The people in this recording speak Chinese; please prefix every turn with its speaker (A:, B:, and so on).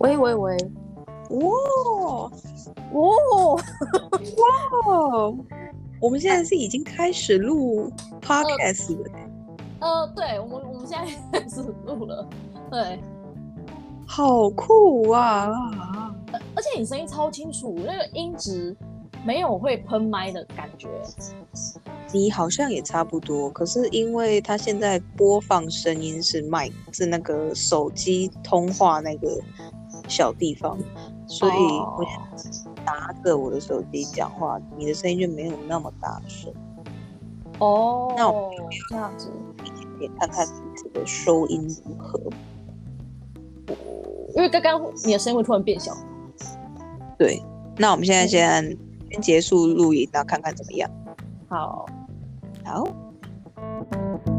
A: 喂喂喂，
B: 哇
A: 哦，
B: 哦，我们现在是已经开始
A: 哦
B: 录 podcast 了、
A: 呃，对我们我们现在 开始录了，对，
B: 好酷啊！
A: 而且你声音超清楚，那个音质没有会喷麦的感觉，
B: 你好像也差不多，可是因为它现在播放声音是麦，是那个手机通话那个小地方，所以
A: 哦
B: 我拿着我的手机讲话，你的声音就没有那么大声。
A: 哦，
B: 那
A: 这样子，
B: 也看看这个收音如何。
A: 因为刚刚你的声音会突然变小，
B: 对，那我们现在
A: 嗯
B: 先先结束录音，然后看看怎么样。
A: 好。
B: 好。
A: Hello，